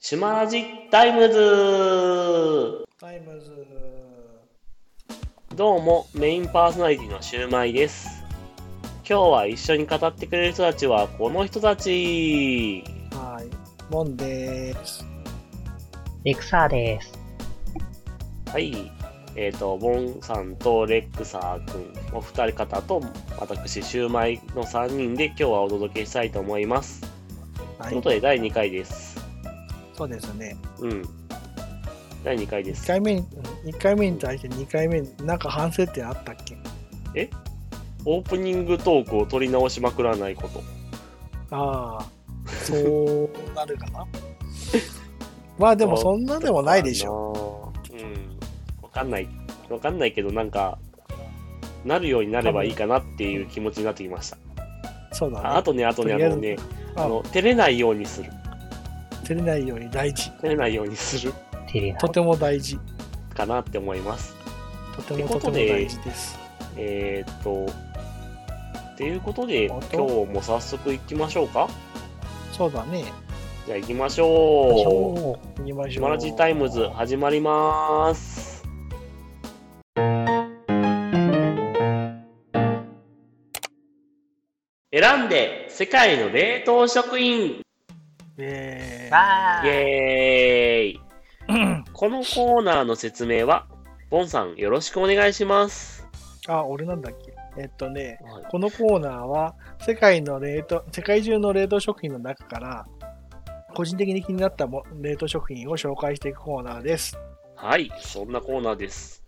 シマラジタイムズタイムズどうもメインパーソナリティのシュウマイです今日は一緒に語ってくれる人たちはこの人たちはいモンですレクサーです。はいえっ、とボンさんとレックサー君お二人方と私シュウマイの3人で今日はお届けしたいと思います、はということで第2回ですそうですねうん第2回で1す回目に1回目に対して2回目になんか反省点あったっけオープニングトークを取り直しまくらないことああそうなるかな まあでもそんなでもないでしょょ。うん。わかんない。わかんないけど、なんか、なるようになればいいかなっていう気持ちになってきました。そうだねああとね、あとね、あとりあえずのね、ああの、照れないようにする。照れないように大事照れないようにするテレア。とても大事かなって思います。とてもってこととてもで大事ですえー、っと、っていうことで、あ今日とも早速行きましょうか。そうだねじゃあ行きましょう。行きましシょうマラジタイムズ始まります。選んで世界の冷凍食品えー、わイーエーイこのコーナーの説明は、ボンさんよろしくお願いします。あ俺なんだっけえっとねはいこのコーナーは世界の冷凍世界中の冷凍食品の中から個人的に気になったも冷凍食品を紹介していくコーナーです。はい、そんなコーナーです。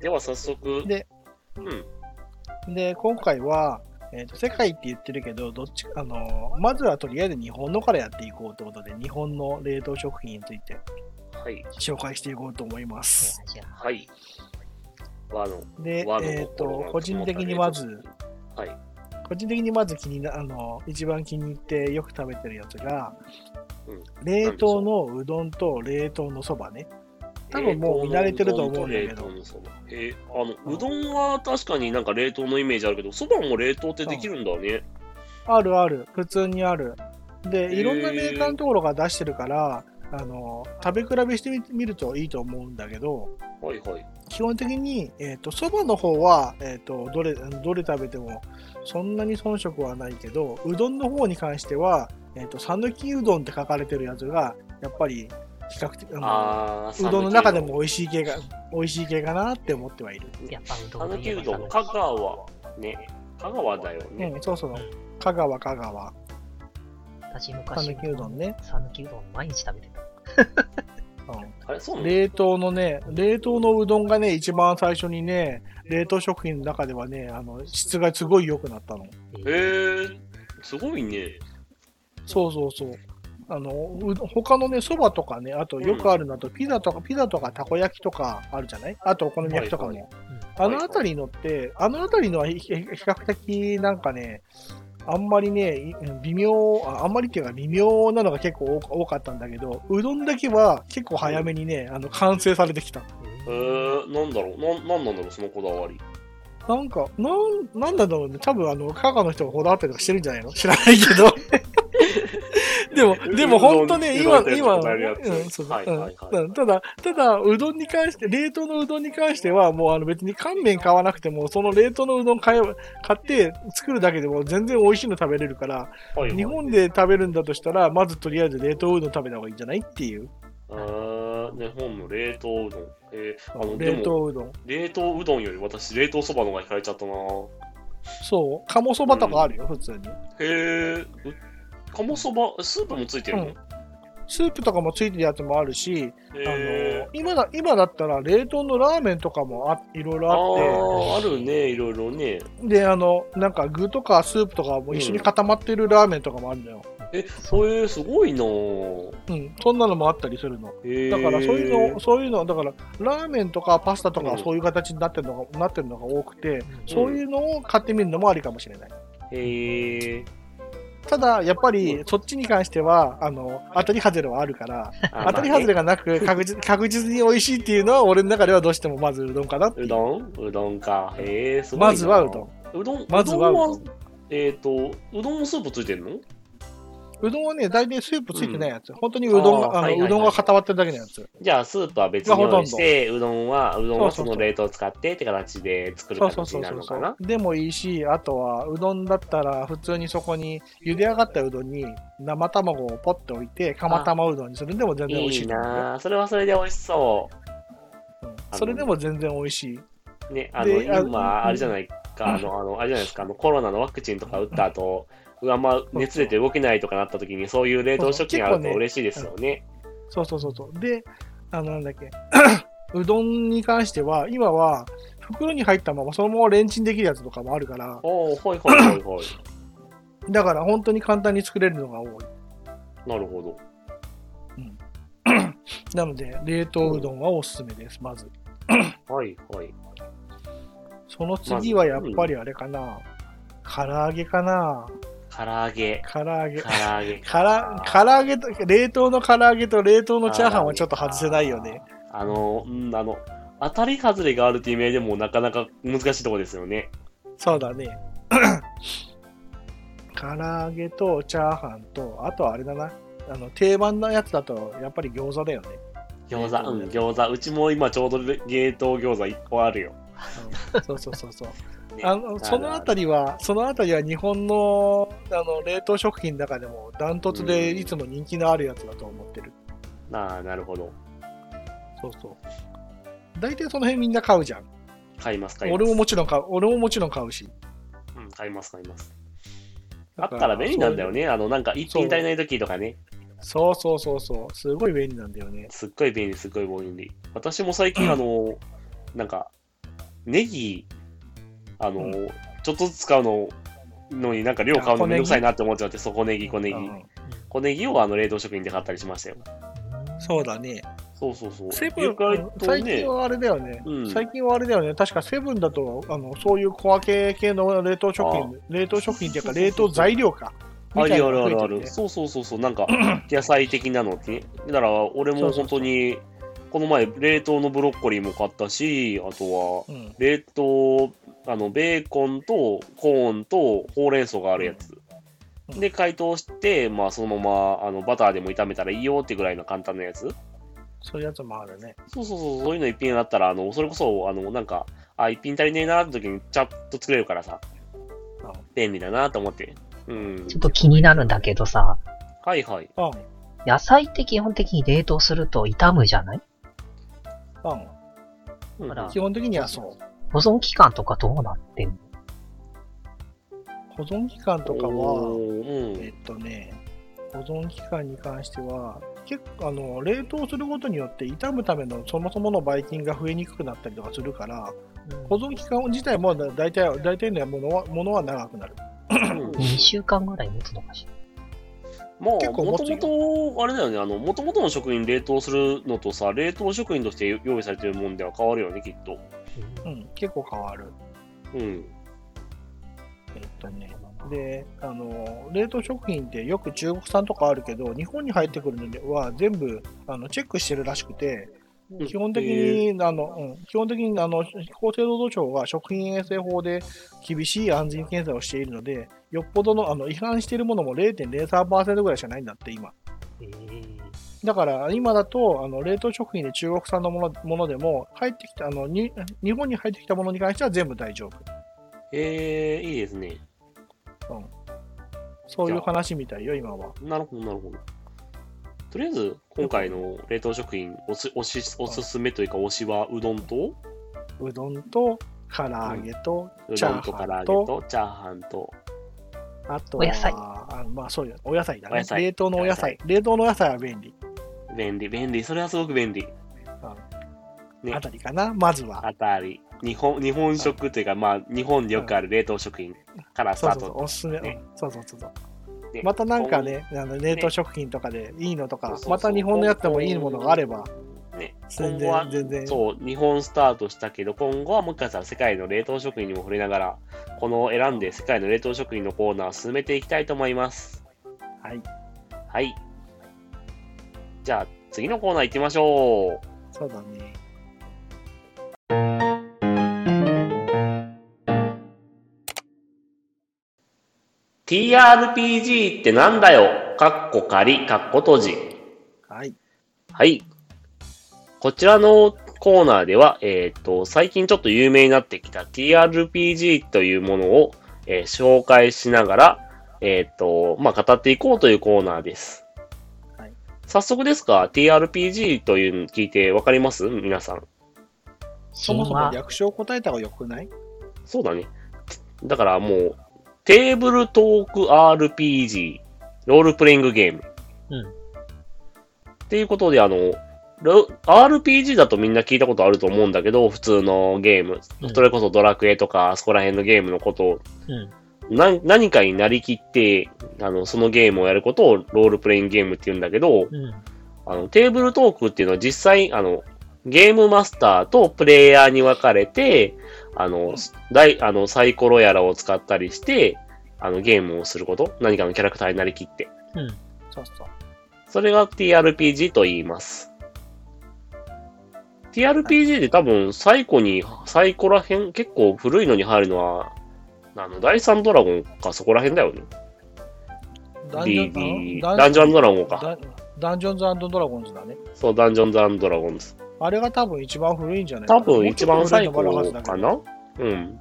では早速、でうん、で今回は、えーと世界って言ってるけどどっちあのーまずはとりあえず日本のからやっていこうということで日本の冷凍食品についてはい、紹介していこうと思います。はい。和の、で和、のえっ心とが個人的にまずはい、個人的にまず気になあの一番気に入ってよく食べてるやつが、うん冷凍のうどんと冷凍のそばね多分もう見慣れてると思うんだけど冷凍のそばえーあのうどんは確かになんか冷凍のイメージあるけどそばも冷凍ってできるんだねあるある普通にあるへでーいろんなメーカーのところが出してるからあの食べ比べしてみみるといいと思うんだけどはいはい基本的にえっとそば、の方は、えっとどれどれ食べてもそんなに遜色はないけどうどんの方に関してはえっと讃岐、うどんって書かれてるやつがやっぱり比較的あのあうどんの中でも美味しい系が美味しい系かなって思ってはいる。やっぱうどん讃とい岐えうばどん香川ね香川だよね、うん、そうそう。香川香川。私昔讃岐うどんね。讃岐うどん毎日食べてた。う、あれそうんなの冷凍のね、冷凍のうどんがね、一番最初にね、冷凍食品の中ではね、あの質がすごい良くなったの。へーすごいねそうそうそう。あのう他のね、そばとかね、あとよくあるのだと、ピザとか、ピザとかたこ焼きとかあるじゃないあとお好み焼きとかも。はいあの辺りのって、あの辺りのはひひ比較的なんかね、あんまりね、い微妙、ああんまりっていうか微妙なのが結構多多かったんだけど、うどんだけは結構早めにね、あの完成されてきた。えー、なんだろうななんなんだろうそのこだわりなんか、なん、なんだろうね。多分あの、香川の人がこだわったりとかしてるんじゃないの知らない けど。でも、でも本当ね、うど今ん、う今、どんとやつうん、そうそうはいはいはいうんただ、ただ、うどんに関して、冷凍のうどんに関しては、もうあの別に乾麺買わなくても、その冷凍のうどん買えば買って作るだけでも全然美味しいの食べれるから、はいはい日本で食べるんだとしたら、まずとりあえず冷凍うどん食べた方がいいんじゃないっていう。あー日本の冷凍うどんえー、あので冷も凍うどん。冷凍うどんより私冷凍そばの方が惹かれちゃったなそう。鴨そばとかあるよ、普通に。へえ、鴨そば、スープもついてるの、うんスープとかもついてるやつもあるし、あへの今だ今だったら冷凍のラーメンとかもあいろいーあろあっーあるね、いろいろね。てであのなんか具とかスープとかも一緒に固まってるラーメンとかもあるのよ、え、それすごいなぁ。うん、そんなのもあったりするのへーだからそういうのそういうのだからラーメンとかパスタとかうんそういう形になってるのがなってるのが多くてうんそういうのを買ってみるのもありかもしれないへえ。ただやっぱりそっちに関してはあの当たり外れはあるから当たり外れれ。がなく確実確実に美味しいっていうのは俺の中ではどうしてもまずうどんかなっていうううどんうどんか。へえ、すごいなぁまずはうどんうどん。まずはうどんうどんはえっ、と、うどんもスープついてるのうどんはね、大体スープついてないやつ。本当にうどんあーが、あはいはいの、はいうどんが固まってるだけのやつ。じゃあ、スープは別に用意して、うどんは、うどんはその冷凍を使ってって形で作るそうそう形そにうなるそうのかな。でもいいし、あとは、うどんだったら、普通にそこに、茹で上がったうどんに生卵をポッて置いて、釜玉うどんにするんでも全然美味しいいいと思うよなぁ。それはそれで美味しそうんそれでも全然美味しい。う。ね、あの、で今、あうんあれじゃないか、あの、あの、あれじゃないですか、あの、コロナのワクチンとか打った後、うわ、まあ、熱出て動けないとかなった時に、そういう冷凍食品あると嬉しいですよね。そうそうそうそう。で、あの、なんだっけ、 うどんに関しては、今は、袋に入ったままそのままレンチンできるやつとかもあるから、おおほいほいほいほい。だから本当に簡単に作れるのが多い。なるほど。なので、冷凍うどんはおすすめです、まず。はいはい。その次はやっぱりあれかな。唐揚げかな。唐揚げ。唐揚げ。唐揚げ。から唐揚げと、冷凍の唐揚げと冷凍のチャーハンはちょっと外せないよね。あの、うん、あの、当たり外れがあるっていう意味合いでもなかなか難しいところですよね。そうだね。 唐揚げとチャーハンと、あとはあれだな。あの定番のやつだと、やっぱり餃子だよね。餃子、うん、餃子。うちも今ちょうど冷凍餃子1個あるよ。そうそうそうそう。 ねあのそのあたりは、そのあたりは日本のあの冷凍食品の中でもダントツでいつも人気のあるやつだと思ってる。なあ、なるほど。そうそう。大体その辺みんな買うじゃん。買います、買います。俺ももちろん買う、俺ももちろん買うし。うん、買います、買います。あだっかたらら便利なんだよね。あの、なんか一品足りない時とかね。そうそうそうそう。すごい便利なんだよね。すっごい便利、すっごい便利。私も最近、あの、なんか、ネギ、あの、うんちょっとずつ使うの、のになんか量買うのめんどくさいなって思っちゃって、そこネギ、小ネギ。うん小ネギをあの冷凍食品で買ったりしましたよ。そうだね。そうそうそう。セブン、意外と最ね近、はあれだよね、うん最近はあれだよね。確かセブンだと、あの、そういう小分け系の冷凍食あ品、冷凍食品っていうか冷凍材料か。 あみたいるなあのるがある増えてあてる。そうそうそうそう。なんか、野菜的なのってね。だから、俺も本当に、この前、冷凍のブロッコリーも買ったし、あとは、うん冷凍、あの、ベーコンとコーンとほうれん草があるやつ。うんで、解凍して、まあ、そのまま、あの、バターでも炒めたらいいよってぐらいの簡単なやつ。そういうやつもあるね。そうそうそう、そういうの一品あったら、あの、それこそ、あの、なんか、あ、一品足りねえなって時に、ちゃっと作れるからさあ、便利だなと思って。うん。ちょっと気になるんだけどさ、はいはい。うん、うん。野菜って基本的に冷凍すると傷むじゃないうんあら基本的にはそう。保存期間とかどうなってんの保存期間とかおは、ーうんえっとね、保存期間に関しては、結構あの冷凍することによって傷むためのそもそものばい菌が増えにくくなったりとかするから、保存期間自体もだ大体大体のものはものは長くなる。うん2週間ぐらい持つのかしらまあ、結構も持とつよもと、あれだよね、あの、もともとの食品冷凍するのとさ、冷凍食品として用意されてるもんでは変わるよね、きっと。うん、結構変わる。うん。えっとね、であの冷凍食品ってよく中国産とかあるけど日本に入ってくるのは全部あのチェックしてるらしくて基本的へに、あのうん、基本的にあの厚生労働省が食品衛生法で厳しい安全検査をしているのでよっぽどのあの違反しているものも0.03%ぐらいしかないんだって今えーだから今だとあの冷凍食品で中国産のものものでも入ってきたあのに日本に入ってきたものに関しては全部大丈夫えー、いいですね。そういう話みたいよ今は。なるほど、なるほど。とりあえず、今回の冷凍食品、おすおしおすすめというか、推しはうどんと、うどんと唐揚げと、うチどャんと唐ー揚ハげンとと、チャーハンと、あとお野菜はあまあそうよお野菜だおね野菜冷凍のお野菜冷凍のお野菜は便利便利、便利、それはすごく便利。ねあたりかなまずはあたり、日本日本食というか、まあ、日本でよくある冷凍食品からスそタうーそうそうト。おすすめ、ねうんそうそうそうそうねまたなんかねあの冷凍食品とかでいいのとか、そうそうそうまた日本のやつでもいいものがあればね、全今後は然全然そう、日本スタートしたけど、今後はもう一回さ、世界の冷凍食品にも触れながら、この選んで世界の冷凍食品のコーナーを進めていきたいと思います。はいはい。じゃあ、次のコーナー行ってみましょう。そうだね TRPG ってなんだよかっこ仮、かっこ閉じ。はい。はい。こちらのコーナーでは、えっ、と、最近ちょっと有名になってきた TRPG というものを、えー紹介しながら、えっ、と、まあ、語っていこうというコーナーです。はい早速ですが、TRPG というの聞いてわかります皆さん。そもそも略称答えた方が良くないそうだね。だからもう、テーブルトーク RPG、ロールプレイングゲーム。うんっていうことで、あの、ロ RPG だとみんな聞いたことあると思うんだけど、普通のゲーム、うんそれこそドラクエとか、そこら辺のゲームのことを、うん。な何かになりきって、あの、そのゲームをやることをロールプレイングゲームって言うんだけど、うん。あの、テーブルトークっていうのは実際、あの、ゲームマスターとプレイヤーに分かれて、あの、大、あの、サイコロやらを使ったりして、あの、ゲームをすること、何かのキャラクターになりきって。うん。そうそう。それが TRPG と言います。TRPG で多分、最後に、サイコラ編、結構古いのに入るのは、あの、第三ドラゴンか、そこら辺だよね。ダンジョン DD あダンジョンドラゴンかダンダンジョンズドラゴンズだね。そう、ダンジョンズドラゴンズ。あれが多分一番古いんじゃない多分一番最後だかなうん。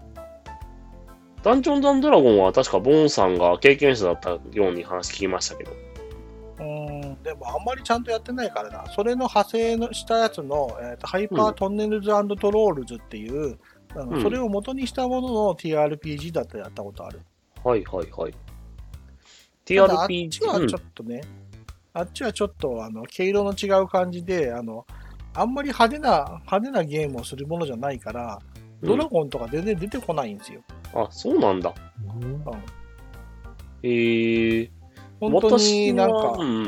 ダンジョンズドラゴンは確かボンさんが経験者だったように話聞きましたけど。うん、でもあんまりちゃんとやってないからな。それの派生のしたやつの、えーとハイパートンネルズトロールズっていう、あのうんそれを元にしたものの TRPG だってやったことある。はいはいはい。ただあっち TRPG、はうんちょっとね、あっちはちょっとあの毛色の違う感じで、あのあんまり派手な派手なゲームをするものじゃないから、うんドラゴンとか全然出てこないんですよ。あ、そうなんだ。うんうんえー、本当になん私はうか、んうん。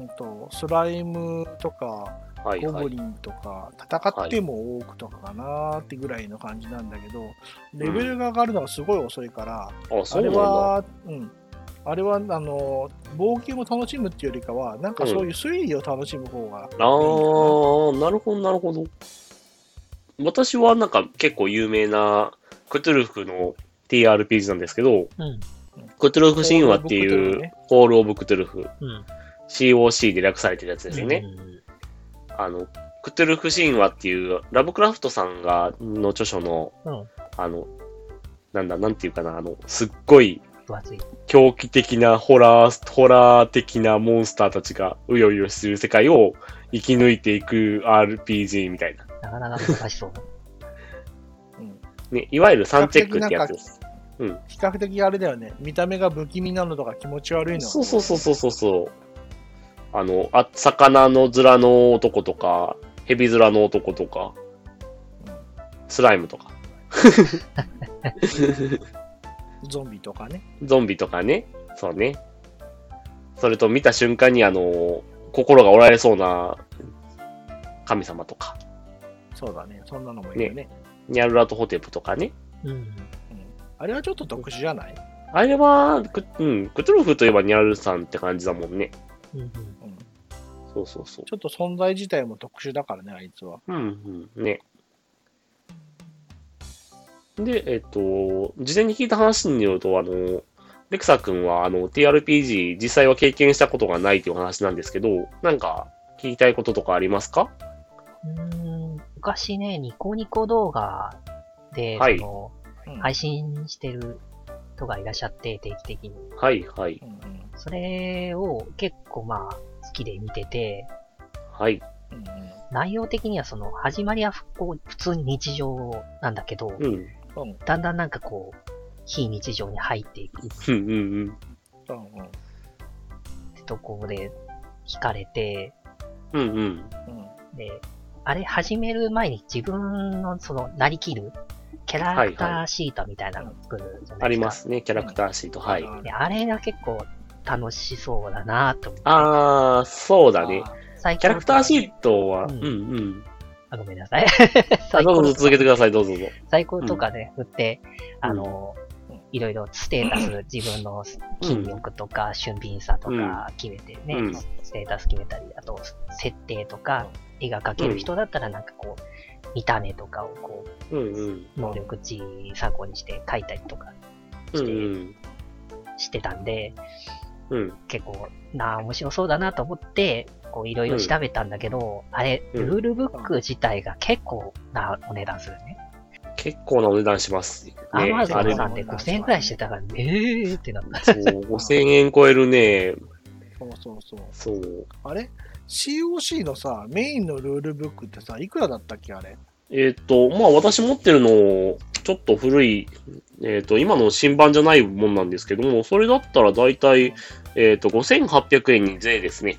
うん、とスライムとか、はいゴはブい。リンとか戦っても多くとかかなーってぐらいの感じなんだけど、レベルが上がるのがすごい遅いから、あ、そあうなれんだ。は、うん、あれはあの冒険を楽しむっていうよりかは、なんかそういう推理を楽しむ方が、あー、なるほどなるほど。私はなんか結構有名なクトゥルフの TRPG なんですけど、うん。クトゥルフ神話ってコールオブクトゥルいフうね、コール・オブ・クトゥルフ。うん。 COC で略されてるやつですよね。あの、クトゥルフ神話っていう、ラブクラフトさんが、の著書の、うんあの、なんだ、なんていうかな、あの、すっごい分厚い。狂気的なホラー、ホラー的なモンスターたちがうようよする世界を生き抜いていく RPG みたいな。なかなか難しそう。うんね、いわゆるサンチェックってやつです。比較的あれだよね、見た目が不気味なのとか気持ち悪いのがそうそうそうそうそうそう。あの、あ、魚の面の男とか、蛇面の男とか、スライムとか。ゾンビとかね。ゾンビとかね。そうね。それと見た瞬間に、あの、心が折られそうな神様とか、そうだね、そんなのもいるね。ニャルラトホテプとかね。うん。あれはちょっと特殊じゃないあれは、くうん、クトゥルフといえばニャルさんって感じだもんね。うん。そうそうそうちょっと存在自体も特殊だからね、あいつは。。うん、うん、ね。で、えっと、事前に聞いた話によると、あの、レクサ君は、あの、TRPG 実際は経験したことがないというお話なんですけど、なんか、聞きたいこととかありますかうん。うん昔ね、ニコニコ動画で、はいその、うん配信してる人がいらっしゃって、定期的に。はい、はい、うんうんそれを結構まあ、好きで見てて、はい。うんうん内容的にはその、始まりは復興、普通に日常なんだけど、うん。うんだんだんなんかこう、非日常に入っていくっうんうんうんうんてところで惹かれて、うん。うんうん。うんで、あれ始める前に自分のその、なりきる、キャラクターシートみたいなの作るじゃなあいりですか。ますね、キャラクターシート。はい。で、あれが結構楽しそうだなと思って。あー、そうだね。最近キャラクターシートは、ううんんうん。あ、ごめんなさい。あ 最どうぞ高続けてください、どうぞどうぞ。最高とかね、振って、あのうん、いろいろステータス、自分の筋力とか、俊敏さとか決めてね、うんステータス決めたり、あと、設定とか、絵が描ける人だったらなんかこう、見た目とかをこうんうん。う、能力値参考にして描いたりとかうんうん。してたんで、うん。結構なあ面白そうだなと思ってこういろいろ調べたんだけど、あれうんルールブック自体が結構なお値段するね。結構なお値段します。ね、アマゾあれンさんで5000円くらいしてたから、えーってなった。そう、5000円超えるね。そうそうそう。そう。あれ ?COC のさ、メインのルールブックってさ、いくらだったっけあれえっ、と、まあ私持ってるの、ちょっと古い、えっ、と、今の新版じゃないもんなんですけども、それだったら大体、えっ、と、5800円に税です ね。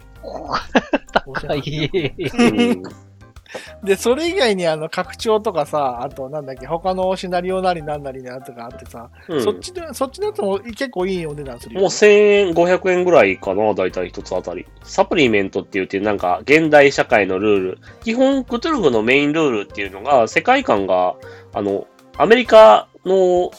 高い。うん、で、それ以外にあの、拡張とかさ、あとなんだっけ、他のシナリオなりなんなりなとかあってさ、うんそっちの、そっちのやつも結構いいお値段するよ、もう1000円、500円ぐらいかな、だいたい一つあたり。サプリメントって言って、なんか、現代社会のルール。基本、クトゥルフのメインルールっていうのが、世界観が、あの、アメリカの、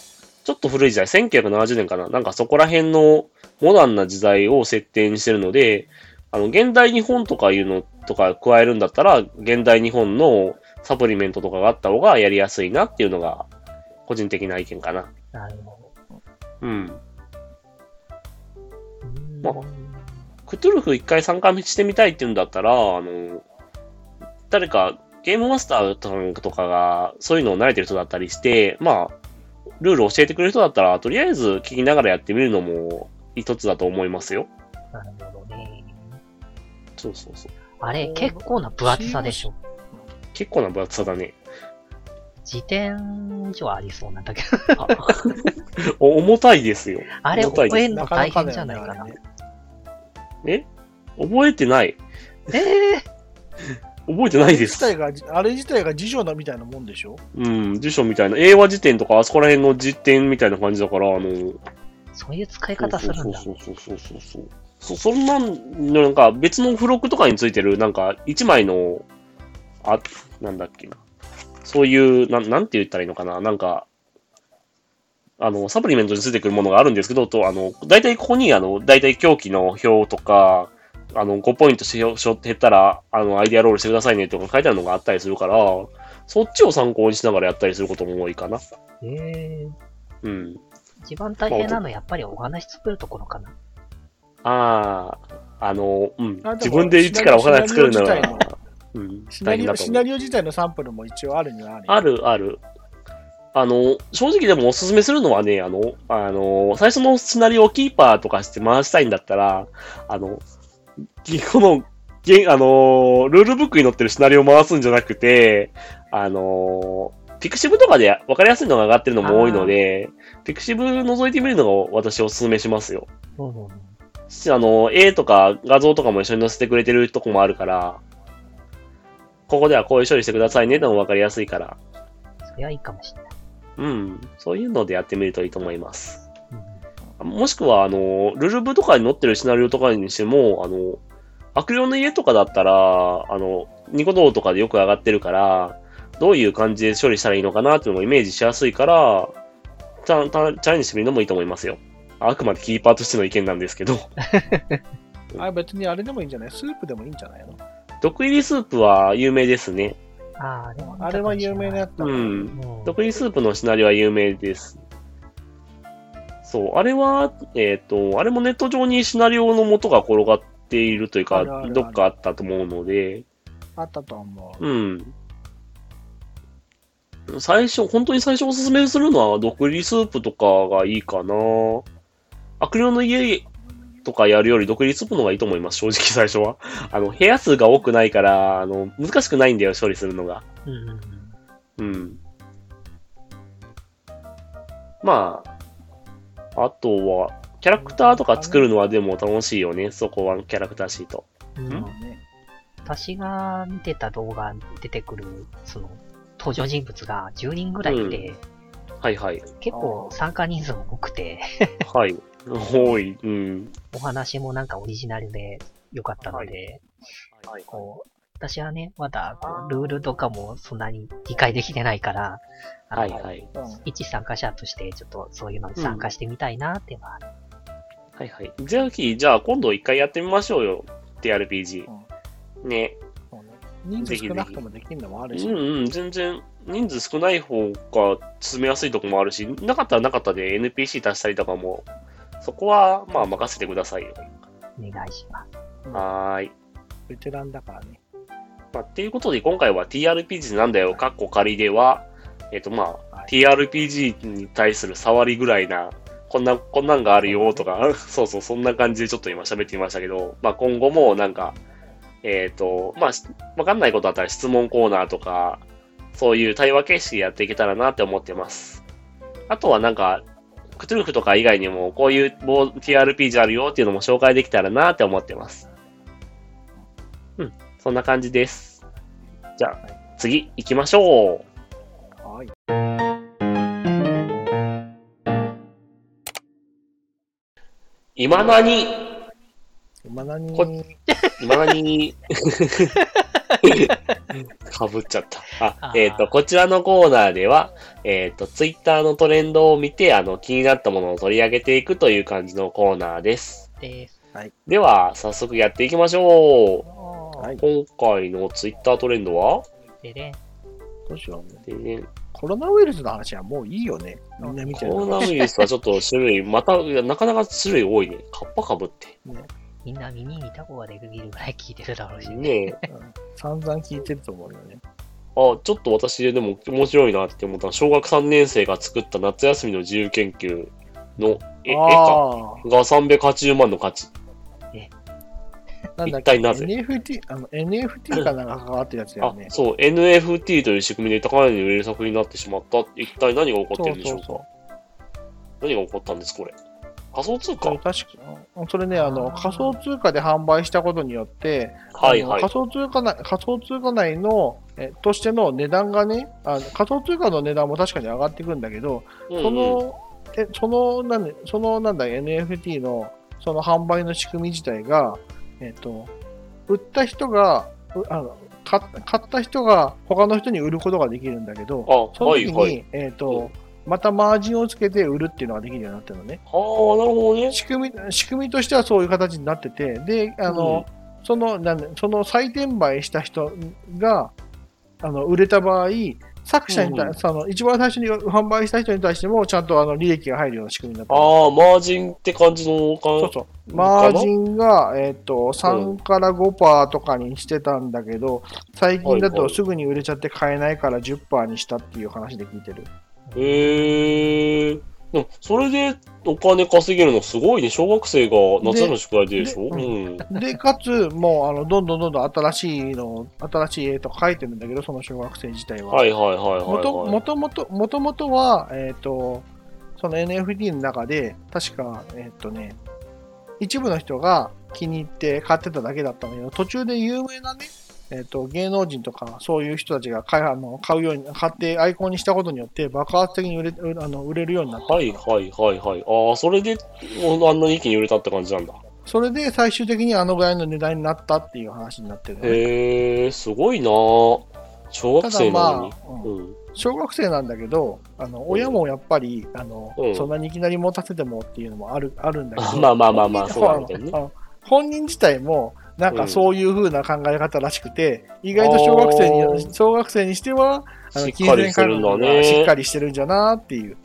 ちょっと古い時代、1970年かな、なんかそこら辺のモダンな時代を設定にしてるので、あの、現代日本とかいうのとか加えるんだったら、現代日本のサプリメントとかがあった方がやりやすいなっていうのが、個人的な意見かな。なるほうん。ど。うんまあクトゥルフ一回参加してみたいって言うんだったら、あの、誰かゲームマスターとかがそういうのを慣れてる人だったりして、まあ、ルールを教えてくれる人だったら、とりあえず聞きながらやってみるのも一つだと思いますよ。なるほどね。そうそうそう。あれ、結構な分厚さでしょ。結構な分厚さだね。辞典上ありそうなんだけど。お重たいですよ。あれ、重たいです覚えるのな大か変なじかだゃないよねかなあれ。ねえ覚えてない。ええ覚えてないで自す。体が、あれ自体が辞書なみたいなもんでしょうん、辞書みたいな。英和辞典とか、あそこら辺の辞典みたいな感じだから、あの、そういう使い方するんだ。そうそうそうそうそうそう。そ、そんなんの、なんか別の付録とかについてる、なんか一枚の、あ、なんだっけな。そういう、なん、なんて言ったらいいのかな。なんか、あの、サプリメントについてくるものがあるんですけど、と、あの、大体ここに、あの、大体狂気の表とか、あの、5ポイントしよしょ減ったら、あの、アイデアロールしてくださいねとか書いてあるのがあったりするから、そっちを参考にしながらやったりすることも多いかな。ええうん。一番大変なのはやっぱりお話作るところかな。ああ、あの、うんあでも、自分で一からお花作るなシナリオら自、うん、シナ大変リだオとシ思ナう。リオ自体のサンプルも一応あるにはあるよあるある。あの、正直でもおすすめするのはね、あの、あの、最初のシナリオをキーパーとかして回したいんだったら、あの、ぎこの、げあの、ルールブックに載ってるシナリオを回すんじゃなくて、あの、ピクシブとかで分かりやすいのが上がってるのも多いので、ピクシブ覗いてみるのが私おすすめしますよ。そうそうそうしあの、絵とか画像とかも一緒に載せてくれてるとこもあるから、ここではこういう処理してくださいねでも分かりやすいから、それはいいかもしれない。うん、そういうのでやってみるといいと思います。うんもしくは、あの、ルルブとかに載ってるシナリオとかにしても、あの、悪霊の家とかだったら、あの、ニコ動とかでよく上がってるから、どういう感じで処理したらいいのかなっていうのもイメージしやすいから、チャチャチャレンジしてみるのもいいと思いますよ。あくまでキーパーとしての意見なんですけど。 あれ別にあれでもいいんじゃないスープでもいいんじゃないの毒入りスープは有名ですね。ああ、でもあれは有名なやつだうねん。うん毒入りスープのシナリオは有名です。そう、あれは、えっ、と、あれもネット上にシナリオの元が転がっているというか、あるあるあるどっかあったと思うので、あったと思う。うん。最初、本当に最初おすすめするのは、毒入りスープとかがいいかな。悪霊の家とかやるより、毒入りスープの方がいいと思います、正直最初は。あの、部屋数が多くないから、あの、難しくないんだよ、処理するのが。うんうんうん。うん。まあ、あとは、キャラクターとか作るのはでも楽しいよね、そこはキャラクターシート。うんね私が見てた動画に出てくる、その、登場人物が10人ぐらいいて、はいはい。結構参加人数も多くて、はい。多い。うん。お話もなんかオリジナルで良かったので、こう、私はね、まだこうルールとかもそんなに理解できてないから、あはいのはい。うん一参加者としてちょっとそういうのに参加してみたいなっていうのはある、はいはい。じゃあ、キーじゃあ今度一回やってみましょうよ。TRPG。ね。そうね人数少なくてもできるのもあるし、うんうん、全然、人数少ない方が進めやすいとこもあるし、なかったらなかったで NPC 足したりとかもそこは、まあ、任せてくださいよ。お願いします。はーい。ベテランだからね。まあ、っていうことで、今回は TRPG なんだよ、カッコ仮では、えっと、まはあい、 TRPG に対する触りぐらいな、こんな、こんなんがあるよとか、 そうそう、そんな感じでちょっと今喋ってみましたけど、まあ、今後もなんか、えっと、まあ、しわかんないことあったら質問コーナーとか、そういう対話形式でやっていけたらなって思ってます。あとはなんか、クトゥルフとか以外にも、こういうボー TRPG あるよっていうのも紹介できたらなって思ってます。うん、そんな感じです。じゃあ、次行きましょう。はい。今なに、今何こ今な に、かぶっちゃった。ああ、ーえっ、と、こちらのコーナーでは、えっ、と、ツイッターのトレンドを見て、あの、気になったものを取り上げていくという感じのコーナーです。です。では、早速やっていきましょう。はい。今回のツイッタートレンドは、でね、どうしようね。でねコロナウイルスの話はもういいよね。みんな見てコるロかナウイルスはちょっと種類、また、いやなかなか種類多いね。カッパかぶって。みんな耳にタコができるぐらい聞いてるだろうし。ねえ。ら。うん散々聞いてると思うよね。あ、ちょっと私でも面白いなって思ったのは小学3年生が作った夏休みの自由研究の絵絵か。ああ。が380万の価値。なんだっ一体なぜ NFT、あの NFT かなんか関わってるやつだあよね、。そう、NFT という仕組みで高値で売れる作品になってしまった。一体何が起こってるんでしょうかそ何が起こったんです、これ。仮想通そ貨れ確か、うんそれね、あの、仮想通貨で販売したことによって、はいあのはい。仮想通貨内、仮想通貨内の、えとしての値段がねあの、仮想通貨の値段も確かに上がっていくんだけど、うんそうんの、えその、なんで、その、なんだ、NFT の、その販売の仕組み自体が、えっ、と、売った人が、うあの買っ買った人が他の人に売ることができるんだけど、あ、そのは時いに、はい。えっ、と、またマージンをつけて売るっていうのができるようになってるのね。ああ、なるほどね。仕組み、仕組みとしてはそういう形になってて、で、あの、その、なんでその再転売した人が、あの、売れた場合、作者にうんう対、その、一番最初に販売した人に対しても、ちゃんとあの、利益が入るような仕組みになってる。ああ、マージンって感じのかそうそう。マージンが、えっ、と、3から5%とかにしてたんだけど、最近だはいとはいすぐに売れちゃって買えないから10%にしたっていう話で聞いてる。へえ。でも、それでお金稼げるのすごいね。小学生が夏の宿題ででしょでうん。で、かつ、もう、あの、どんどんどんどん新しいの、新しい絵とか描いてるんだけど、その小学生自体は。はいはいはいはい、もとはいもともともともとは、えっ、と、その NFT の中で、確か、えっ、とね、一部の人が気に入って買ってただけだったんだけど、途中で有名なね、えっ、と、芸能人とか、そういう人たちが買いあの買うように、買ってアイコンにしたことによって、爆発的に売れ売あの売れるようになった。はいはいはいはい。ああ、それで、おあんなに一気に売れたって感じなんだ。それで最終的にあのぐらいの値段になったっていう話になってるのね、へえ、すごいなー小た学だ生まなあのに。、うんうん。小学生なんだけど、あの親もやっぱり、あのうんそんなにいきなり持たせてもっていうのもあるあるんだけあど、 まあまあまあまあ、本そ人うなんだよね。あの本人自体も、なんかそういう風な考え方らしくて、意外と小学生あにー小学生にしては、あのしっかりしてるんだ金銭感覚がしっかね。りしてるんじゃなっていう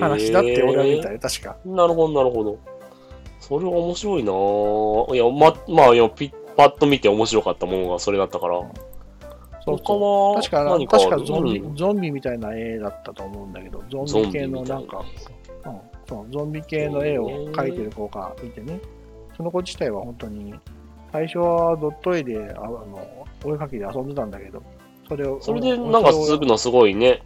話だって俺は見たよ、確か。へーなるほどなるほど。それは面白いなーいや、ま、まあ、いや、ピパッと見て面白かったものがそれだったから。そう他そはう確かな何確かある、かゾンビ、うんゾンビみたいな絵だったと思うんだけど、ゾンビ系のなんか、うんそうゾンビ系の絵を描いてる子がいてね、その子自体は本当に、最初はドット絵でああのお絵描きで遊んでたんだけど、それを。それでなんか続くのはすごいね。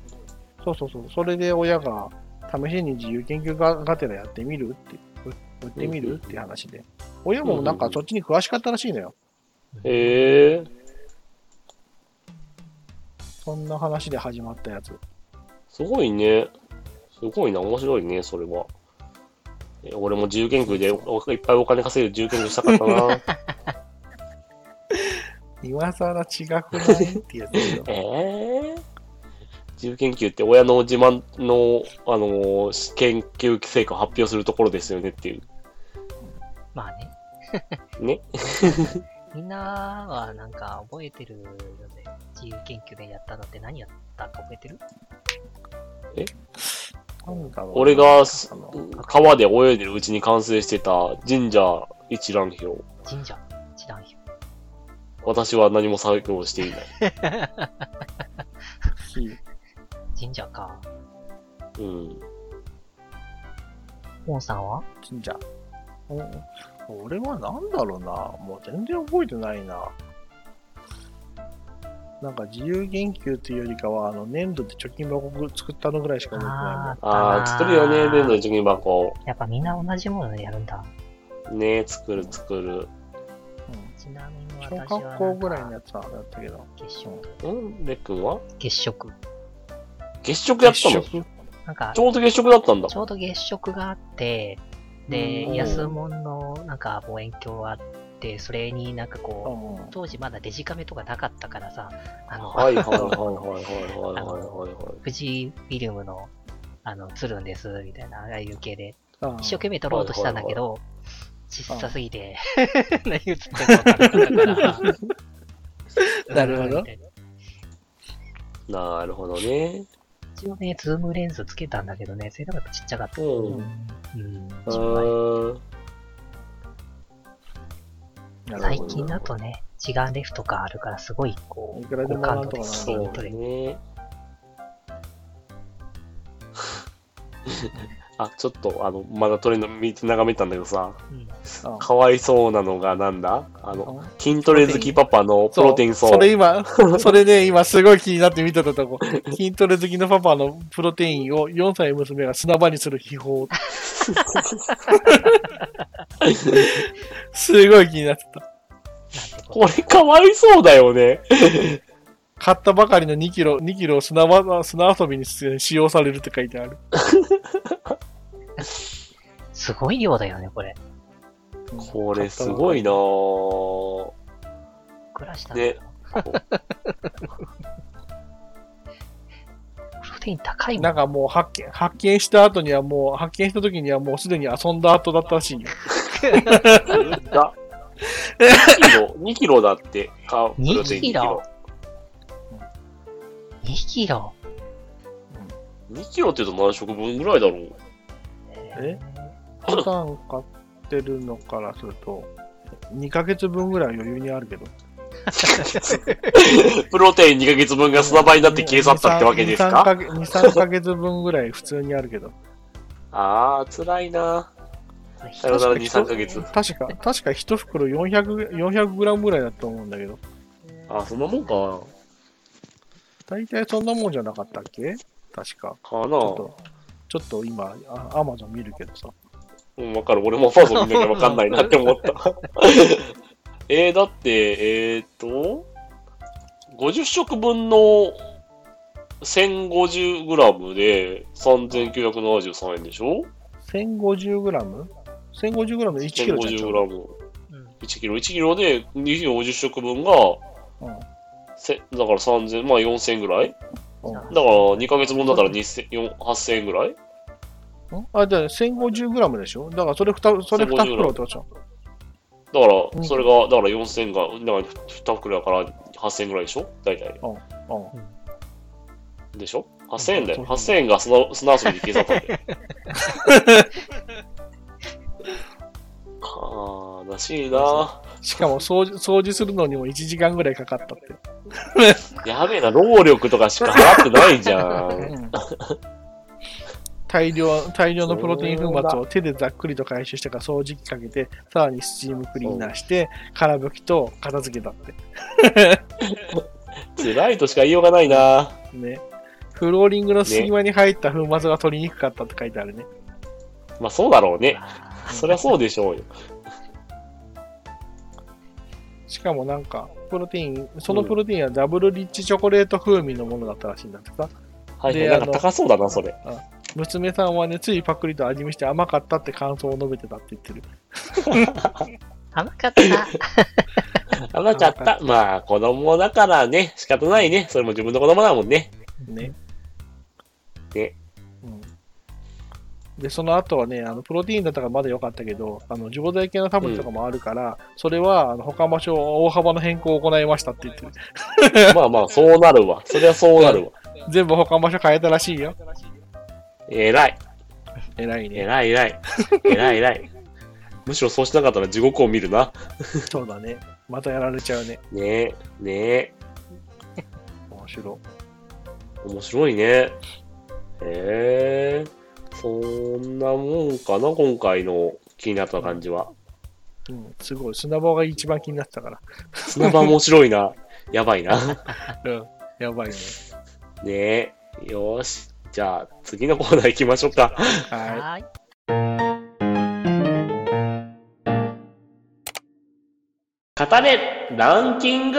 そうそうそう、それで親が試しに自由研究ががてらやってみるって、う売ってみうんうんるっていう話で、親もなんかそっちに詳しかったらしいのよ。へえ。そんな話で始まったやつ。すごいね。すごいな、面白いね、それは。え俺も自由研究でおいっぱいお金稼いで自由研究したかったな。。今更違くないってやつだよえ え自由研究って親の自慢の、あのー研究成果を発表するところですよねっていう。まあね。ね。みんなはなんか覚えてるよね。自由研究でやったのって何やったか覚えてるなんだろうな俺がすあの川で泳いでるうちに完成してた神社一覧表。神社知らんよ。私は何も作業していない。神社か。うん。本さんは神社。お俺はなんだろうな。もう全然覚えてないな。なんか自由研究っていうよりかは、あの、粘土で貯金箱作ったのぐらいしか覚えてなあーああ、作るよね、連の貯金箱。やっぱみんな同じものでやるんだ。ね作る作る。いもん。うんちなみに私小は学校ぐらいのやつはだったけど。月食。んレックンは月食。月食やったのち月食なんか、ょうど月食だったんだ。ちょうど月食があって、で、うん安物のなんか望遠鏡があって、それになんかあこう、も当時まだデジカメとかなかったからさ、あの、はいはいはいはいはいはいはいはい。富士フィルムの、あの、つるんです、みたいな、ああいう系で、うあー一生懸命撮ろうとしたんだけど、小さすぎて、 何映ってんのかわかんなくなったから。 なるほどみたいななるほどね。一応ね、ズームレンズつけたんだけどね、それでもやっぱちっちゃかった。う。ううん。んーん。なるほど最近だとね、シガーレフとかあるから、すごいこう、いくらでもなんとかなる好きそにう撮れる。ね。 あ、ちょっと、あの、まだトレンド見て眺めてたんだけどさ、うんあかわいそうなのがなんだあの、あ筋トレ好きパパのプロテインそうそ層。れ今、 それね、今すごい気になって見てたとこ。筋トレ好きのパパのプロテインを4歳娘が砂場にする 秘宝。すごい気になってた。なんてここれかわいそうだよね。買ったばかりの2キロ、2キロを砂場、砂遊びに使用されるって書いてある。とすごい量だよね、これ。これすごいなぁ。暮らしたんだよ。プロテイン高いも。なんんかもう発見、発見した後にはもう、発見した時にはもうすでに遊んだ後だったら しいよ。だ。2キロ、2キロだって、か、プロテイン2 2キロ ?2 キロ。 2キロって言うと何食分ぐらいだろうえ普段買ってるのからすると、2ヶ月分ぐらいは余裕にあるけど。プロテイン2ヶ月分が砂場になって消え去ったってわけですか ?2、3ヶ月分ぐらい普通にあるけど。あー、辛いなさよなら2、3ヶ月。確 か、確か一袋400、400グラムぐらいだと思うんだけど。あ、そんなもんか。大体そんなもんじゃなかったっけ確か。かちょっなと、ちょっと今、あアマゾン見るけどさ。うん、わかる。俺もファーゾン見なきゃわかんないなって思 った。えー、だって、えーっと、50食分の1050グラムで3973円でしょ1050グラム ?1050 グラムで1キロじゃんち ?1050 グょうラム。うん1キロ、1キロで250食分が、どうんせだから3000、まあ4000ぐらいうんだから2ヶ月分だったら2000 4 8000円ぐらいんあ、じゃあ1050グラムでしょだからそれ2、それ2 1050グラ袋ムってことじゃん。だかうんら、それが、だから4000が、だから2袋だから8000円ぐらいでしょ大体。うん。でしょ ?8000 円だうよ。ん8000円が砂砂遊びで消え去ったんだよ。 悲しいなしかも掃除、掃除するのにも1時間ぐらいかかったって。やべえな、労力とかしか払ってないじゃん。大量大量のプロテイン粉末を手でざっくりと回収してから掃除機かけて、さらにスチームクリーナーして、空拭きと片付けたって。辛いとしか言いようがないなね。フローリングの隙間に入った粉末が取りにくかったって書いてあるね。まあそうだろうね。あそりゃそうでしょうよ。しかもなんか、プロテイン、そのプロテインはダブルリッチチョコレート風味のものだったらしいんだってさ。はいはい、でなあんのか高そうだな、それ。娘さんはね、ついパクリと味見して甘かったって感想を述べてたって言ってる。甘かった。甘かった。まあ、子供だからね、仕方ないね。それも自分の子供だもんね。ね。で、うんで、その後はね、あのプロテインだったからまだ良かったけど、あの受講剤系のタブレットとかもあるから、それはあの他場所を大幅な変更を行いましたって言ってる、まあまあ、そうなるわ。そりゃそうなるわ。全部他場所変えたらしいよ。えらい。偉いえね。らいえらい。えらいえらい。むしろそうしなかったら地獄を見るな。そうだね。またやられちゃうね。ねえ、ね面白え、面白いね。へえ、そんなもんかな、今回の気になった感じは。い。うん、すごい。砂場が一番気になってたから。砂場面白いな。やばいな。うん。やばいね。ねえ、よし。じゃあ、次のコーナー行きましょうか。ははーい。語れランキング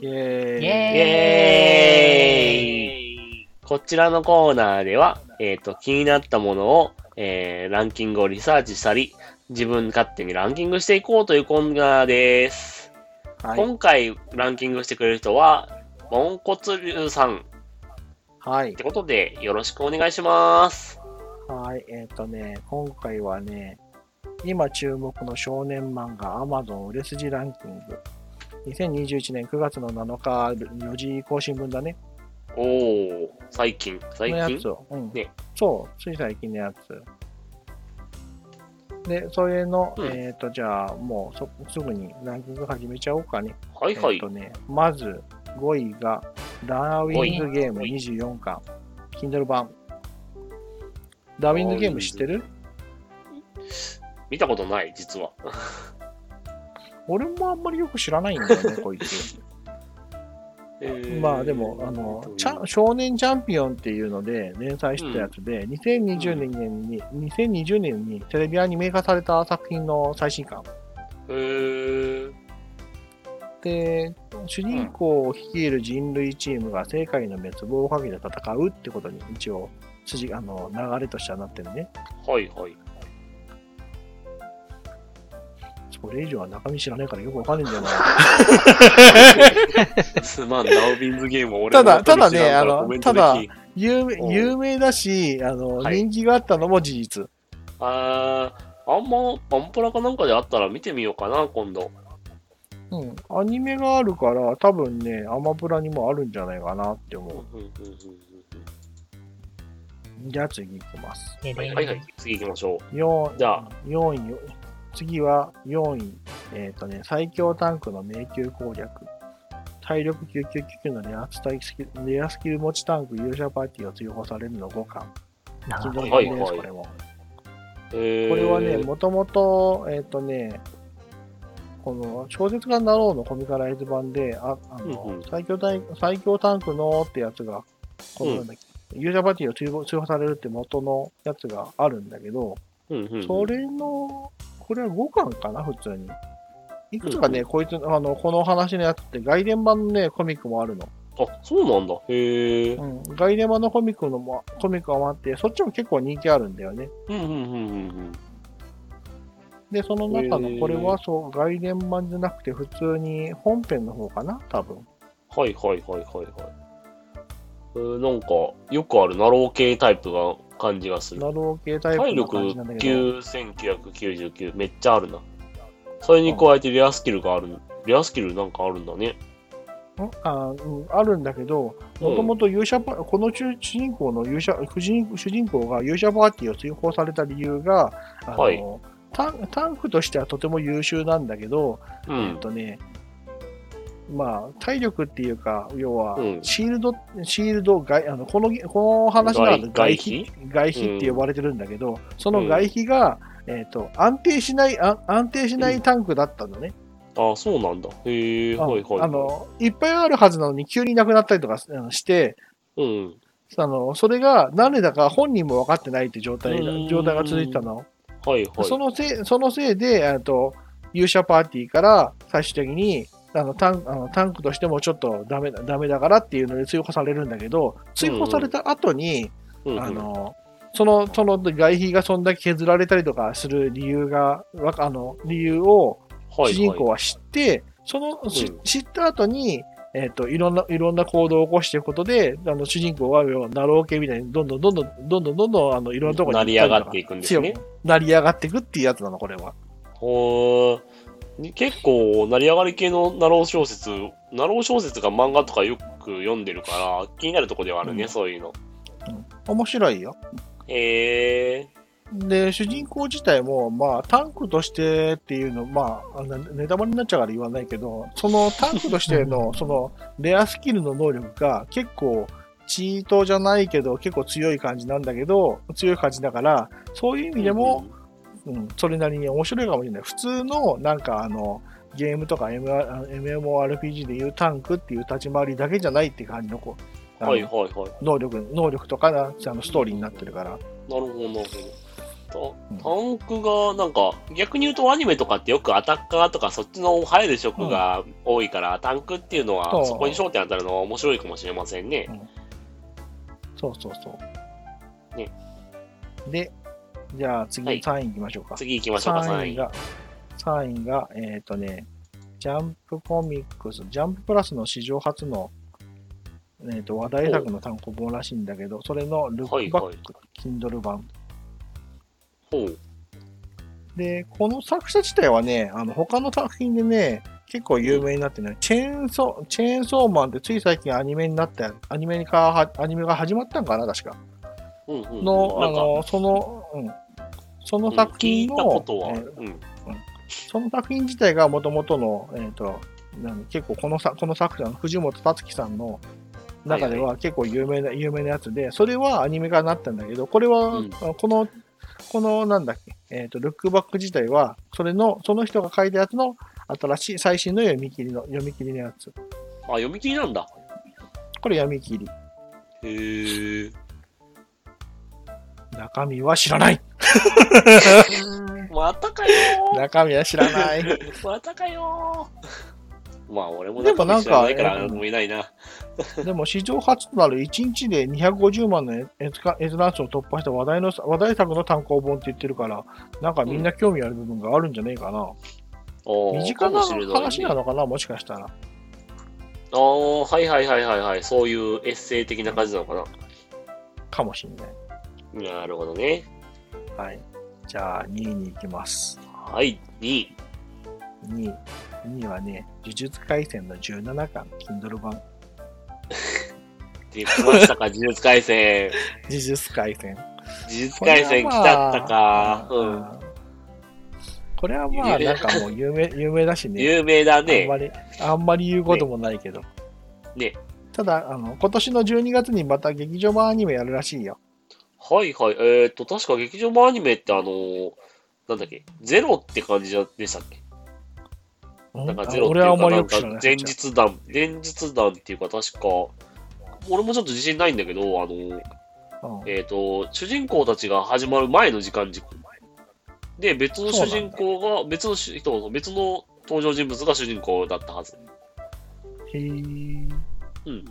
イい。イェーイ。イエーイエーイこちらのコーナーでは、えっ、と、気になったものを、えーランキングをリサーチしたり、自分勝手にランキングしていこうというコーナーです。はい。今回ランキングしてくれる人は、モンコツリュウさんっはいて。ことで、よろしくお願いします。はい。えっ、とね、今回はね、今注目の少年漫画 Amazon 売れ筋ランキング。2021年9月の7日、4時更新分だね。おー、最近、最のや近つ。を。うんねそう、つい最近のやつ。で、それの、うんえっ、と、じゃあ、もうそすぐにランキング始めちゃおうかね。はいはえっいと。ね、まず5位が、ダーウィンズゲーム24巻、Kindle 版。ダーウィンズゲーム知ってる見たことない、実は。俺もあんまりよく知らないんだよね、こいつ。えーまあでも、あの、ちゃん少年チャンピオンっていうので連載してたやつで、2020年に、2020年にテレビアニメ化された作品の最新巻。えー、で、主人公を率いる人類チームが世界の滅亡をかけて戦うってことに一応筋あの流れとしてはなってるね。はい はい。それ以上は中身知らないからよくわかんないんだよ な。すまん、ダーウィンズゲームは俺ただ本当に知らんからただねあのコメントできんただ有うん名有名だしあの、はい人気があったのも事実。あーあんま、アンプラかなんかであったら見てみようかな、今度。うん。アニメがあるから多分ね、アマプラにもあるんじゃないかなってうんう思んうんうんうんう。じゃあ次行きます。ねえはいねはいえはい、次行きましょ4位。じゃあ4位。次は4位。えっ、とね、最強タンクの迷宮攻略。体力9999のレアスタイスキルレアスキル持ちタンク勇者パーティーを追放されるの5巻。なるほど。はいはいです、これう。も。えー、これはね、もともと、えっ、とね、この、小説家になろうのコミカライズ版で、ああの、うんうん最強タイ最強タンクのってやつが、この、なんだっけユーザーパーティーを追放追放されるって元のやつがあるんだけど、うんうんうん、それの、これは5巻かな、普通に。いくつかね、うこいつ、あの、この話のやつって、外伝版のね、コミックもあるの。あ、そうなんだ。へえう。ん。外伝版のコミックのも、コミックもあって、そっちも結構人気あるんだよね。うんうんうんうんで、その中のへーこれはそう、外伝版じゃなくて普通に本編の方かな多分。はいはいはいはいはい。えー、なんか、よくあるナロー系タイプが感じがする。ナロー系タイ体プの力感じなんだけど。 9999、めっちゃあるな。それに加えてレアスキルがある。レアスキルなんかあるんだね。んあうん、あるんだけど、もともと勇者パ、この主主人公の勇者主人、主人公が勇者パーティーを追放された理由が、あのはいタンタンクとしてはとても優秀なんだけど、うえっん。とね、まあ、体力っていうか、要はう、んシールド、シールド外、あの、この、この話なら外外皮外皮って呼ばれてるんだけど、その外皮が、えっ、と、安定しない、あ安定しないタンクだったのね。あ、そうなんだ。へえ、あはいはい。あ、の、いっぱいあるはずなのに急になくなったりとかあのして、うん。あの、それが何でだか本人も分かってないって状態がうん、状態が続いてたの。はいはい。そのせい、そのせいで、えっと、勇者パーティーから最終的に、あの、タンあのタンクとしてもちょっとダメだ、ダメだからっていうので追放されるんだけど、追放された後に、うんうんあの、その、その外皮がそんだけ削られたりとかする理由が、わあの、理由を主人公はは知って、その、しうん知った後に、えっ、と、いろんな、いろんな行動を起こしていくことで、あの、主人公は、要は、ナロー系みたいに、どんどんどんどん、どんどんどんどん、あの、いろんなところに行った成り上とかがっていくんですね強く成り上がっていくっていうやつなの、これは。いはい。ほーに結構、成り上がり系のナロー小説、ナロー小説が漫画とかよく読んでるから、気になるとこではあるね、うんそういうの。面白いよ。へえで、主人公自体も、まあ、タンクとしてっていうの、まあ、あのネタバレになっちゃうから言わないけど、そのタンクとしての、その、レアスキルの能力が結構、チートじゃないけど、結構強い感じなんだけど、強い感じだから、そういう意味でも、、うん、それなりに面白いかもしれない。普通の、なんかあの、ゲームとか M- MMORPG でいうタンクっていう立ち回りだけじゃないって感じの、こう、あのはいはいはい。能力、能力とかな、あの、ストーリーになってるから。なるほど、なるほど。たタンクが、なんか、逆に言うとアニメとかってよくアタッカーとかそっちの入る職が多いから、タンクっていうのそは、うそこに焦点当たるのは面白いかもしれませんね。そうそうそう。ねで、じゃあ次はい3位いきましょうか。次行きましょうか、 3 3位位。が、3位が、えっ、とね、ジャンプコミックス、ジャンププラスの史上初の、えー、と話題作の単行本らしいんだけど、それのルックバッはいはいク、Kindle 版。ほう。で、この作者自体はね、あの他の作品でね、結構有名になってね、チェーンソー、チェーンソーマンってつい最近アニメになった、アニメ化、アニメが始まったんかな、確か。うんうんうん。の、なあんか、の、その、うん。そうんの作聞品いたこの、とは、えーうん。その作品自体がもともとの、えっ、と、なん結構このさこの作者の藤本達樹さんの中ではは結構有名な、有名なやつで、それはアニメ化になったんだけど、これは、うんあこの、このなんだっけ、えっ、と、ルックバック自体は、それの、その人が書いたやつの新しい、最新の読み切りの、読み切りのやつ。あ、読み切りなんだ。これ読み切り。へ ー。中身は知らないまたかよ中身は知らない。ーまたかよーまあ、俺もでなもんなかんか知らないから、うんなんとも言えないな。 でも史上初となる1日で250万の閲覧閲覧数を突破した話題の話題作の単行本って言ってるから、なんかみんな興味ある部分があるんじゃねえかな。おー身近なかもしれいね話なのかな、もしかしたら。ああ、はいはいはいはいはい。そういうエッセイ的な感じなのかかもしんない。な。なるほどね。はい。じゃあ2位に行きます。はい、2位。 2位。2位はね、呪術廻戦の17巻、Kindle 版。出ました か、呪術廻戦。呪術廻戦。呪術廻戦来ちゃったか。これはうん。まあ。これはまあ、なんかもう有名、有名だしね。有名だあんねま。り、あんまり言うこともないけど。ねただ、あの、今年の12月にまた劇場版アニメやるらしいよ。はいはい。えーっと、確か劇場版アニメってあのーなんだっけ、ゼロって感じでしたっけなんかゼロってい俺はあんうか、まりなよんく知からない。前日談、前日談っていうか確か、俺もちょっと自信ないんだけど、あのーうんえっ、と、主人公たちが始まる前の時間軸。で、別の主人公が、別の人、別の登場人物が主人公だったはず。へーうん。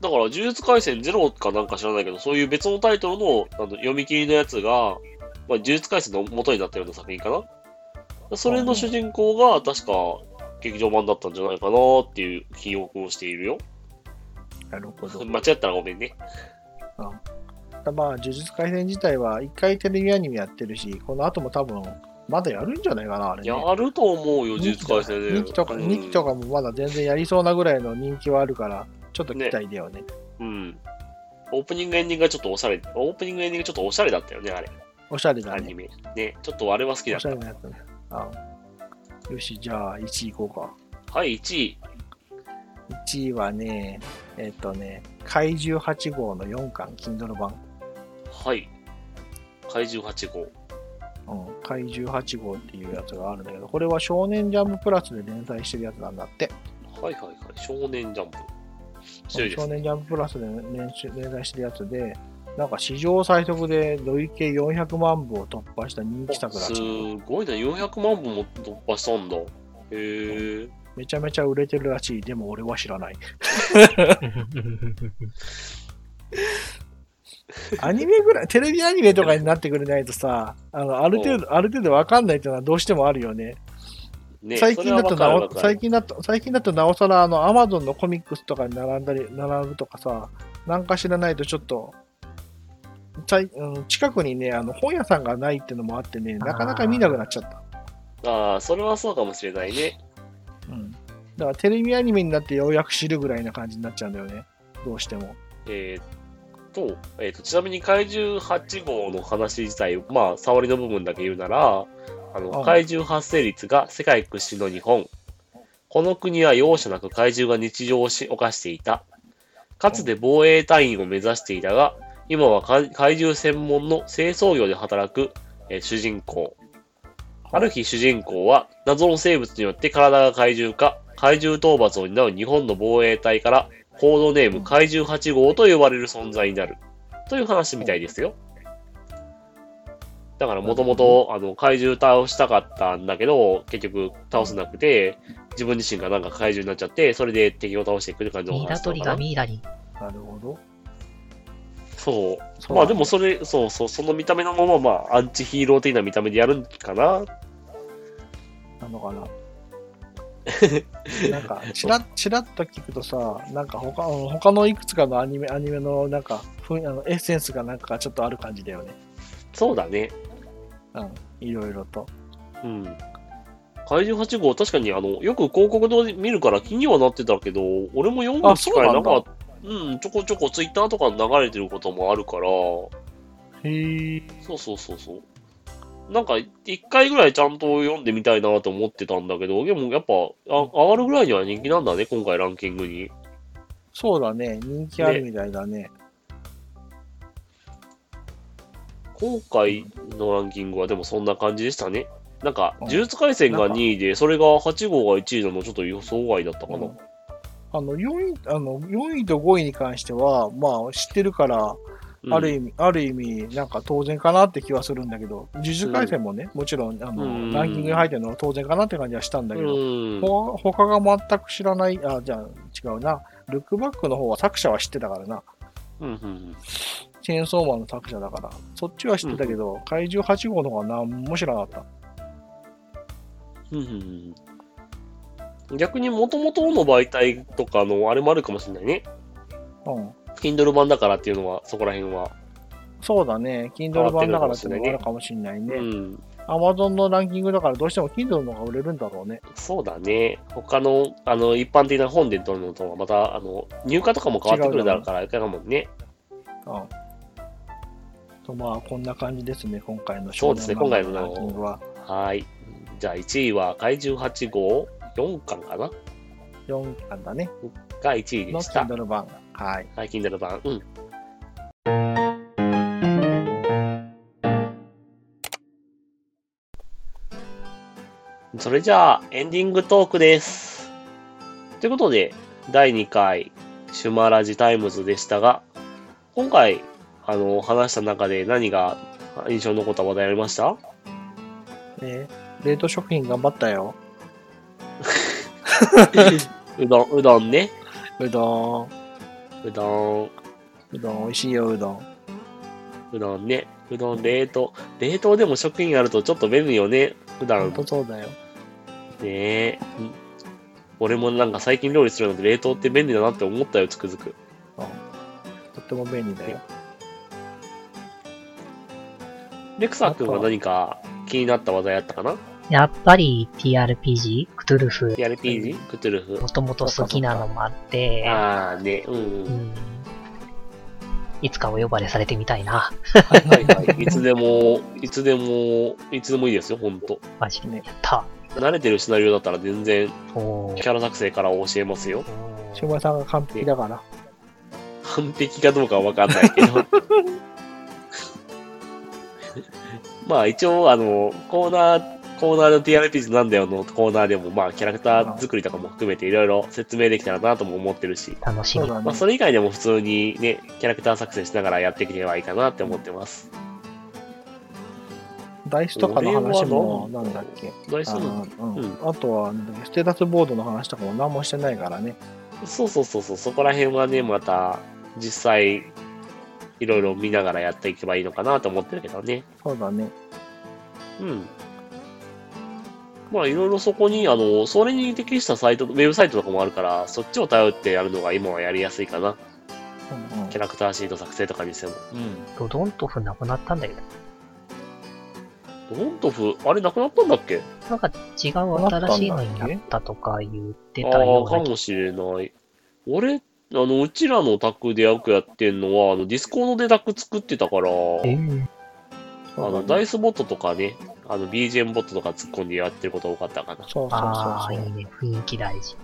だから、呪術廻戦ゼロかなんか知らないけど、そういう別のタイトルのあの読み切りのやつが、まあ、呪術廻戦の元になったような作品かな。それの主人公が、確か、劇場版だったんじゃないかなっていう記憶をしているよ。なるほど。間違ったらごめんね。まあ、呪術廻戦自体は一回テレビアニメやってるし、この後も多分、まだやるんじゃないかな、あれね。やると思うよ、呪二術期と廻か戦で。二期とか、うん二期とかもまだ全然やりそうなぐらいの人気はあるから、ちょっと期待だよね。うん。オープニングエンディングがちょっとおしゃれ、オープニングエンディングちょっとおしゃれだったよね、あれ。おしゃれだアねニ。メ。ね、ちょっとあれは好きだおっしゃれなやつね。あよし、じゃあ1位行こうか。た。はい、1位。 1位はね、えっ、とね、怪獣8号の4巻、Kindle 版。はい。怪獣8号。うん、怪獣8号っていうやつがあるんだけど、これは少年ジャンププラスで連載してるやつなんだって。はいはいはい。少年ジャンプ。強いで少す。年ジャンププラスで連連載してるやつで、なんか史上最速で累計400万部を突破した人気作らすしい。ごいな、400万部も突破したんだ。へえ。めちゃめちゃ売れてるらしい。でも俺は知らない。アニメぐらい、テレビアニメとかになってくれないとさ、あの、ある程度、ある程度わかんないっていうのはどうしてもあるよね。ね、最近だとなお、最最近。近だと、最近だとなおさら、あの、アマゾンのコミックスとかに並んだり、並ぶとかさ、なんか知らないとちょっと、さいうん、近くにね、あの、本屋さんがないってのもあってね、なかなか見なくなっちゃった。ああ、それはそうかもしれないね。うん。だからテレビアニメになってようやく知るぐらいな感じになっちゃうんだよね。どうしても。えと、えっ、と、ちなみに怪獣8号の話自体、まあ、触りの部分だけ言うなら、あの、うん怪獣発生率が世界屈指の日本。この国は容赦なく怪獣が日常をし犯していた。かつて防衛隊員を目指していたが、今は怪怪獣専門の清掃業で働く、えー主人公。ある日主人公は謎の生物によって体が怪獣化、怪獣討伐を担う日本の防衛隊からコードネーム怪獣8号と呼ばれる存在になる。という話みたいですよ。だからもともと、あの、怪獣倒したかったんだけど、結局倒せなくて、自分自身がなんか怪獣になっちゃって、それで敵を倒していくる感じのミイラ話な取のりかがな。ミイラに。なるほど。そう。そうまあでもそれ、そうそう、その見た目のまま、まあ、アンチヒーロー的な見た目でやるんかな。なのか な。なんか、ちらちらっと聞くとさ、なんか他うん他のいくつかのアニメ、アニメのなんか、ふんあのエッセンスがなんかちょっとある感じだよね。そうだね。うん。いろいろと。うん。怪獣8号、確かに、あの、よく広告で見るから気にはなってたけど、俺も読む機会なかあった。うん、ちょこちょこツイッターとかに流れてることもあるから、へえ。そうそうそうそう。なんか、一回ぐらいちゃんと読んでみたいなと思ってたんだけど、でもやっぱ、あ上がるぐらいには人気なんだね、今回ランキングに。そうだね。人気あるみたいだね。今回のランキングはでもそんな感じでしたね。なんか、うん呪術廻戦ながんか2位で、それが8号が1位なのちょっと予想外だったかな。うんあの4位あの4位と5位に関しては、まあ、知ってるから、うんある意味、ある意味、なんか当然かなって気はするんだけど、呪術廻戦もね、もちろんあの、うんランキングに入ってるのは当然かなって感じはしたんだけど、うん。ほ他が全く知らない、あ、じゃあ違うな、ルックバックの方は作者は知ってたからな、うんうんチェーンソーマンの作者だから、そっちは知ってたけど、怪獣8号の方は何も知らなかった。うんうんうん逆に元々の媒体とかのあれもあるかもしれないね。うん。 Kindle 版だからっていうのは、そこら辺は。そうだね、Kindle 版だからっていうのがあるかもしれないねう。ん。 Amazon のランキングだからどうしても Kindle の方が売れるんだろうね。そうだね。他の、あの、一般的な本で取るのとはまた、あの、入荷とかも変わってくるだろうから、あれかもね。うん。とまあ、こんな感じですね、今回のそうですね少年漫画今回のランキングははい。じゃあ1位は怪獣8号、4巻かな4巻だね。が1位でのした Kindle。版が。はい。はい、Kindle 版。うん。それじゃあ、エンディングトークです。ということで、第2回、シュマラジタイムズでしたが、今回、あの、話した中で何が印象に残った話題ありましたえー冷凍食品頑張ったよ。うどん、うどんね。うどん。うどん。うどん、美味しいよ、うどん。うどんね。うどん冷凍。冷凍でも食品あるとちょっと便利よね。普ほん段ねとそうだよ。え。うん俺もなんか最近料理するので冷凍って便利だなって思ったよ、つくづく。とっても便利だよ。レクサ君は何か気になった話題あったかなやっぱり TRPG? クトゥルフ、 ?TRPG? クトゥルフも。ともと好きなのもあって、あーね、うんう。うんん。いつかお呼ばれされてみたいな。はいはい。いつでも、いつでも、いつでもいいですよ、ほんと。マジで。ねやった。慣れてるシナリオだったら全然おキー。ャラ作成から教えますよ。しょうまさんが完璧だから。完璧かどうかは分かんないけど。まあ一応、あの、コーナー、コーナーの TRPG なんだよのコーナーでも、まあキャラクター作りとかも含めていろいろ説明できたらなとも思ってるし、楽しそうみ。だまねあ。それ以外でも普通にね、キャラクター作成しながらやっていければいいかなって思ってます。ダイスとかの話も、俺はなどうんだっけ。どうしあてものうんうあとは、ステータスボードの話とかも何もしてないからね。そうそうそうそう、そこら辺はね、また実際いろいろ見ながらやっていけばいいのかなと思ってるけどね。そうだね。うん。まあ、いろいろそこに、あの、それに適したサイト、ウェブサイトとかもあるから、そっちを頼ってやるのが今はやりやすいかな。うんうんキャラクターシート作成とかにしても。ドドンとフなくなったんだよね。うん。ドントフ、あれなくなったんだっけなんか違う新しいのになったとか言ってたあよあ、うなかもしれない。俺、あの、うちらのタクで役やってんのは、あの、ディスコードでタク作ってたから、えあーの、ダイスボットとかね、あの、BGM ボットとか突っ込んでやってること多かったかな。そうそうああ、そういそうい。ね。雰囲気大事。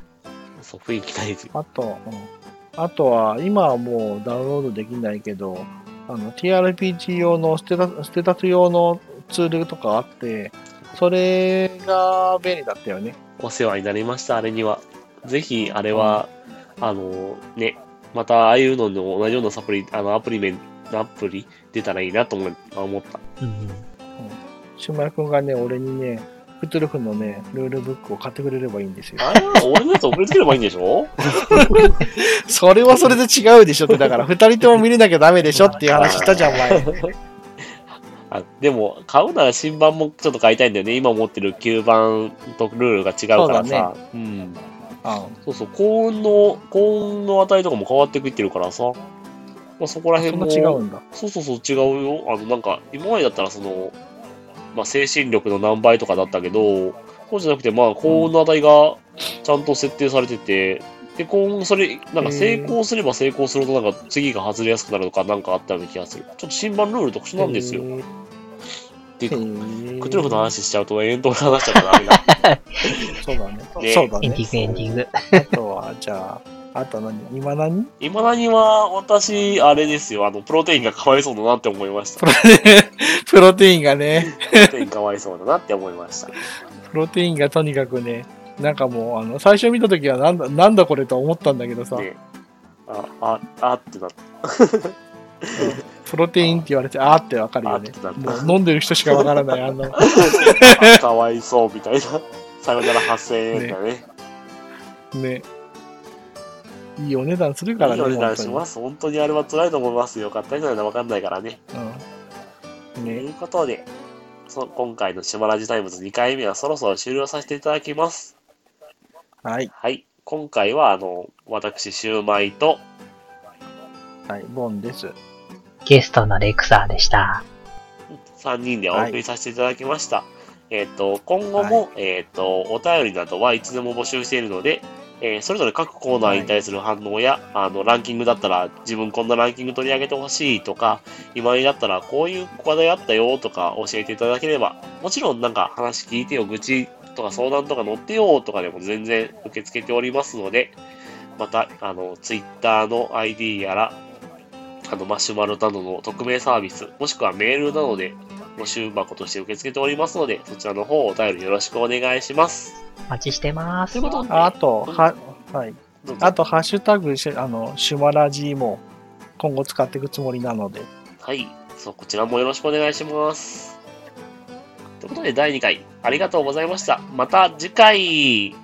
そう、雰囲気大事。あと、うん、あとは、今はもうダウンロードできないけど、あの、TRPG 用のステタス、ステタス用のツールとかあって、それが便利だったよね。お世話になりました、あれには。ぜひ、あれは、あの、ね、また、ああいうのの同じようなサプリ、あの、アプリメン、アプリ出たらいいなと思思った。うんシュマイ君がね、俺にね、フトゥルフのね、ルールブックを買ってくれればいいんですよ。あれは俺のやつ送りつければいいんでしょ それはそれで違うでしょって、だ から、二人とも見れなきゃダメでしょっていう話したじゃん、お前。あでも、買うなら新版もちょっと買いたいんだよね。今持ってる旧版とルールが違うからそうださ。うん。あそうそう、幸運の、幸運の値とかも変わってくってるからさ。まあ、そこらそ辺んなも。違うんだ。そうそうそう、違うよ。あの、なんか、今までだったら、その、まあ、精神力の何倍とかだったけど、そうじゃなくて、まあ、幸運の値がちゃんと設定されてて、で、幸運、それ、なんか成功すれば成功すると、なんか次が外れやすくなるとか、なんかあったような気がする。ちょっと新版ルール特殊なんですよ。へで、クー。トゥルフの話しちゃうと、遠遠に話しちゃうからダメだ、そうだね。ねそうだエ ンねデ。ィング、エンディング。あとは、じゃあ、あとは何今何今何は、私、あれですよ、あの、プロテインがかわいそうだなって思いました。ププロテインがね。ロテインかわいそうだなって思い ました。プロテインがとにかくね、なんかもう、あの、最初見た時はなんだ、なんだこれと思ったんだけどさ、ねあ、あ、あってなった。プロテインって言われて、あーってわかるあよっねて。なったも。う飲んでる人しかわからない、あ んなの。かわいそうみたいな。 さよなら8000円だね。ね。いいお値段するからいいね。お値段し本ます。本当にあれは辛いと思いますよ。買った人ならわかんないからね。当にうとん。いね。うことで、そ今回のシマラジタイムズ2回目はそろそろ終了させていただきます。はい。はい。今回は、あの、私、シューマイと、はい、ボンです。ゲストのレクサーでした。 3人でお送りさせていただきました。えっ、と、今後も、えっ、と、お便りなどはいつでも募集しているので、えーそれぞれ各コーナーに対する反応や、あの、ランキングだったら、自分こんなランキング取り上げてほしいとか、今にだったらこういう話題あったよとか教えていただければ、もちろんなんか話聞いてよ、愚痴とか相談とか乗ってよとかでも全然受け付けておりますので、また、あの、ツイッターの ID やら、あの、マシュマロなどの匿名サービス、もしくはメールなどで募集箱として受け付けておりますので、そちらの方お便りよろしくお願いします。お待ちしてます。ということで、あと、は、はい。どうぞあと、ハッシュタグ、しあの、シュマラジーも今後使っていくつもりなので、はい、そう、こちらもよろしくお願いします。ということで、第2回、ありがとうございました。また次回